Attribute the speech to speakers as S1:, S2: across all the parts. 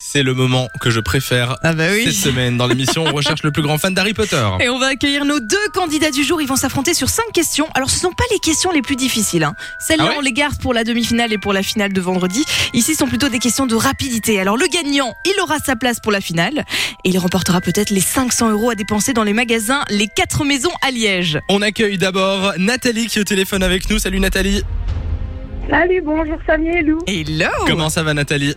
S1: C'est le moment que je préfère
S2: Ah bah
S1: cette
S2: oui.
S1: semaine dans l'émission. On recherche le plus grand fan d'Harry Potter.
S2: Et on va accueillir nos deux candidats du jour. Ils vont s'affronter sur cinq questions. Alors, ce sont pas les questions les plus difficiles. Hein. Celles-là,
S1: Ah ouais
S2: on les garde pour la demi-finale et pour la finale de vendredi. Ici, ce sont plutôt des questions de rapidité. Alors, le gagnant, il aura sa place pour la finale et il remportera peut-être les 500 euros à dépenser dans les magasins Les Quatre Maisons à Liège.
S1: On accueille d'abord Nathalie qui est au téléphone avec nous. Salut Nathalie.
S3: Salut, bonjour Samy et Lou.
S2: Hello.
S1: Comment ça va Nathalie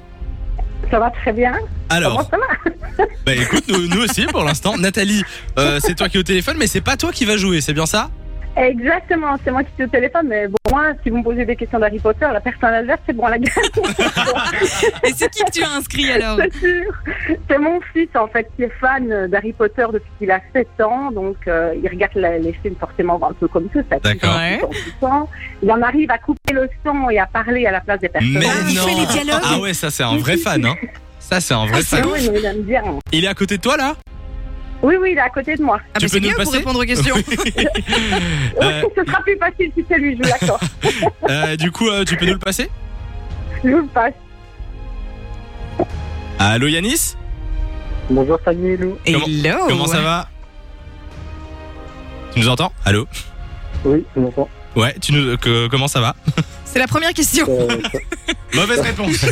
S3: Ça va très bien
S1: Alors,
S3: Comment ça va
S1: bah écoute, nous, nous aussi pour l'instant. Nathalie, euh, c'est toi qui es au téléphone, mais c'est pas toi qui vas jouer, c'est bien ça
S3: Exactement, c'est moi qui suis au téléphone, mais bon, moi, si vous me posez des questions d'Harry Potter, la personne adverse, c'est bon, la gagne,
S2: Et c'est qui que tu as inscrit alors
S3: c'est sûr. C'est mon fils, en fait, qui est fan d'Harry Potter depuis qu'il a 7 ans, donc euh, il regarde la- les films forcément un peu comme tout ça.
S1: D'accord.
S2: Ouais.
S3: Il en arrive à couper le son et à parler à la place des personnes.
S1: Mais
S2: il
S1: non.
S2: fait les dialogues
S1: Ah ouais, ça c'est un vrai fan. Hein. Ça c'est un vrai
S3: Ah
S1: fan.
S3: oui, mais il aime bien.
S1: Il est à côté de toi là
S3: Oui, oui, il est à côté de moi.
S2: Ah,
S1: Tu peux
S2: bah, c'est
S1: nous
S2: mieux pour
S1: passer
S2: répondre aux questions.
S1: Euh,
S3: Ce sera plus facile si c'est lui, je vous l'accorde.
S1: euh, Du coup, euh, tu peux nous le passer
S3: je vous le passe.
S1: Allô Yanis
S3: Bonjour Samy et Lou.
S1: Comment-
S2: Hello.
S1: Comment ça va Tu nous entends Allô
S3: Oui, je m'entends.
S1: Ouais, tu nous... que- comment ça va
S2: C'est la première question.
S4: Euh,
S1: Mauvaise réponse.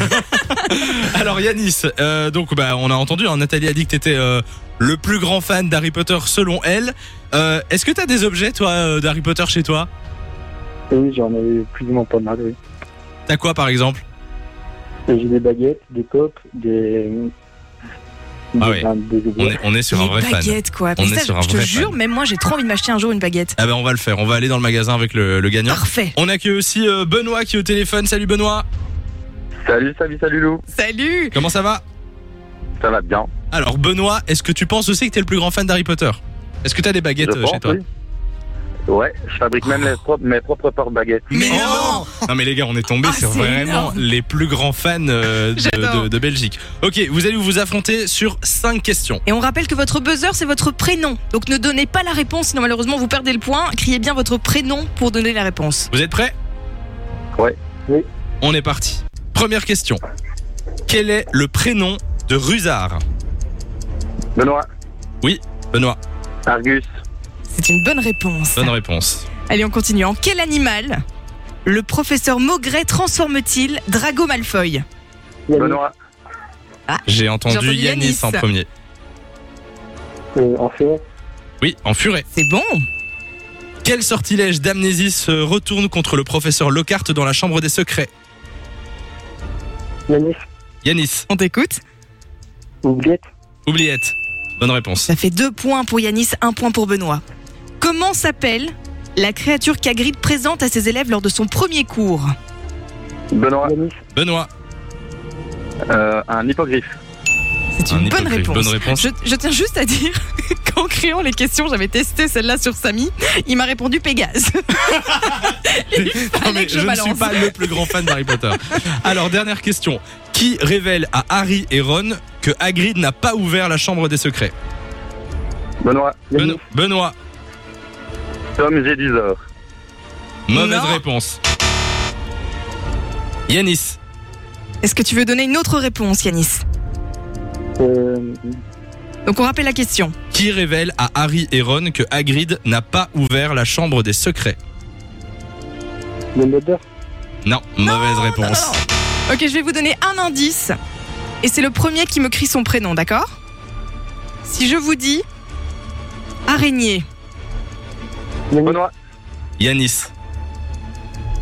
S1: Alors Yanis, euh, donc bah on a entendu, hein, Nathalie a dit que t'étais euh, le plus grand fan d'Harry Potter selon elle. Euh, Est-ce que t'as des objets toi euh, d'Harry Potter chez toi
S4: Oui, j'en ai plus ou moins pas mal, oui.
S1: T'as quoi par exemple
S4: Et J'ai des baguettes, des copes, des...
S1: Ah
S4: des-
S1: ouais.
S4: enfin, des
S1: On
S4: objets.
S1: est, on est sur
S2: les
S1: un vrai fan.
S2: baguettes, quoi.
S1: On
S2: Mais
S1: est
S2: ça,
S1: sur un
S2: je te
S1: vrai
S2: jure,
S1: fan.
S2: même moi, j'ai trop envie de m'acheter un jour une baguette.
S1: Ah ben on va le faire, on va aller dans le magasin avec le, le gagnant.
S2: Parfait.
S1: On accueille aussi euh, Benoît qui est au téléphone. Salut Benoît,
S5: Salut, salut, salut Lou.
S2: Salut.
S1: comment ça va
S5: Ça va bien.
S1: Alors Benoît, est-ce que tu penses aussi que t'es le plus grand fan d'Harry Potter Est-ce que t'as des baguettes
S5: je
S1: euh, chez toi Ah.
S5: oui. Ouais, je fabrique même les propres- mes propres porte-baguettes.
S2: Mais non
S1: Non mais les gars, on est tombés,
S2: Ah,
S1: c'est
S2: c'est
S1: vraiment
S2: énorme.
S1: les plus grands fans euh, de,
S2: J'adore.
S1: de- de Belgique. Ok, vous allez vous affronter sur 5 questions.
S2: Et on rappelle que votre buzzer, c'est votre prénom. Donc ne donnez pas la réponse, sinon malheureusement vous perdez le point. Criez bien votre prénom pour donner la réponse.
S1: Vous êtes prêts
S5: Ouais.
S4: Oui.
S1: On est parti. Première question. Quel est le prénom de Rusard
S5: Benoît,
S1: Benoît,
S5: Argus,
S2: C'est une bonne réponse.
S1: bonne réponse.
S2: Allez, on continue. En quel animal le professeur Maugret transforme-t-il Drago Malfoy
S4: Il y a des-
S5: Benoît,
S1: J'ai entendu,
S2: entendu
S1: Yanis,
S2: Yanis.
S1: en premier.
S4: euh, en fer,
S1: Oui, en furet.
S2: C'est bon
S1: Quel sortilège d'amnésie se retourne contre le professeur Lockhart dans la chambre des secrets
S4: Yanis,
S1: Yanis,
S2: On t'écoute
S4: oubliette,
S1: oubliette. Bonne réponse.
S2: Ça fait deux points pour Yanis, un point pour Benoît. Comment s'appelle la créature qu'Agrid présente à ses élèves lors de son premier cours
S5: Benoît,
S4: Yanis,
S1: Benoît,
S5: euh, un hippogriffe.
S2: C'est
S1: un
S2: une bonne
S1: hippocryphe.
S2: réponse.
S1: Bonne réponse.
S2: Je, je tiens juste à dire qu'en créant les questions, j'avais testé celle-là sur Samy. Il m'a répondu Pégase.
S1: Non, mais
S2: que
S1: je
S2: je
S1: ne suis
S2: balance.
S1: pas le plus grand fan d'Harry Potter. Alors, dernière question. Qui révèle à Harry et Ron que Hagrid n'a pas ouvert la chambre des secrets
S5: Benoît,
S1: Beno- Benoît,
S5: Tom Jedizor.
S1: mauvaise
S2: Non.
S1: réponse. Yanis,
S2: Est-ce que tu veux donner une autre réponse, Yanis
S4: euh,
S2: Donc on rappelle la question.
S1: qui révèle à Harry et Ron que Hagrid n'a pas ouvert la chambre des secrets
S4: Dumbledore,
S1: Non, mauvaise réponse.
S2: non, Oh. Ok, je vais vous donner un indice. Et c'est le premier qui me crie son prénom, d'accord Si je vous dis araignée,
S4: Yanis,
S5: Benoît,
S1: Yanis.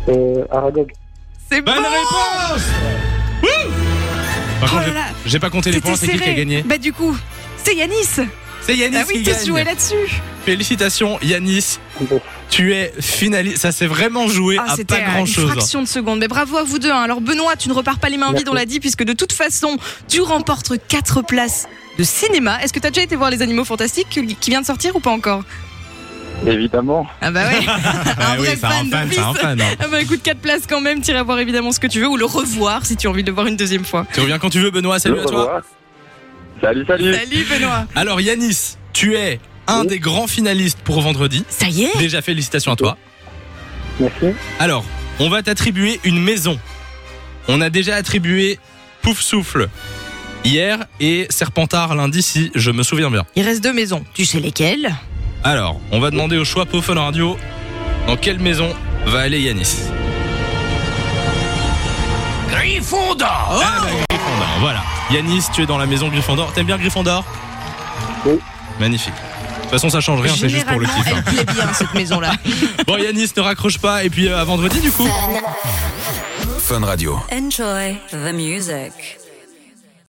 S4: euh, Aragog,
S2: c'est bon
S1: Bonne réponse Wouh Bah Par contre,
S2: Oh là
S1: j'ai-
S2: là,
S1: j'ai pas compté les
S2: c'était
S1: points, c'est qui qui a
S2: serré.
S1: gagné
S2: Bah du coup, c'est Yanis.
S1: C'est Yanis
S2: Ah
S1: qui
S2: oui, tout se
S1: gagne.
S2: jouait là-dessus.
S1: Félicitations Yanis,
S4: Compos.
S1: tu es finaliste. Ça s'est vraiment joué
S2: Ah,
S1: à
S2: c'était
S1: pas
S2: à
S1: grand
S2: une
S1: chose.
S2: fraction de seconde. Mais bravo à vous deux. hein. Alors Benoît, tu ne repars pas les mains vides,
S4: Merci.
S2: on l'a dit, puisque de toute façon, tu remportes quatre places de cinéma. Est-ce que tu as déjà été voir Les Animaux Fantastiques qui qui vient de sortir ou pas encore
S5: évidemment.
S2: Ah bah ouais, un vrai fan de fils.
S1: fan. hein.
S2: Ah bah écoute, quatre places quand même, t'iras voir évidemment ce que tu veux ou le revoir si tu as envie de le voir une deuxième fois.
S1: Tu reviens quand tu veux, Benoît. Salut
S5: Lou,
S1: à toi.
S5: Benoît. Salut,
S1: Euh,
S5: salut.
S2: Salut Benoît
S1: Alors, Yanis, tu es un
S4: Oui.
S1: des grands finalistes pour vendredi.
S2: Ça y est
S1: Déjà, félicitations à toi.
S4: merci,
S1: Alors, on va t'attribuer une maison. On a déjà attribué Pouf Souffle, hier et Serpentard lundi si je me souviens bien.
S2: Il reste deux maisons. Tu sais lesquelles
S1: Alors, on va demander au choix pour Fun Radio dans quelle maison va aller Yanis. Gryffondor Ah bah, Gryffondor, voilà. Yanis, tu es dans la maison Gryffondor. T'aimes bien Gryffondor
S4: Oui.
S1: Magnifique. De toute façon, ça change rien, c'est juste pour le
S2: Généralement,
S1: kiff. hein.
S2: elle plaît bien cette maison-là.
S1: Bon, Yanis, ne raccroche pas et puis euh, à vendredi du coup.
S6: Enjoy the music.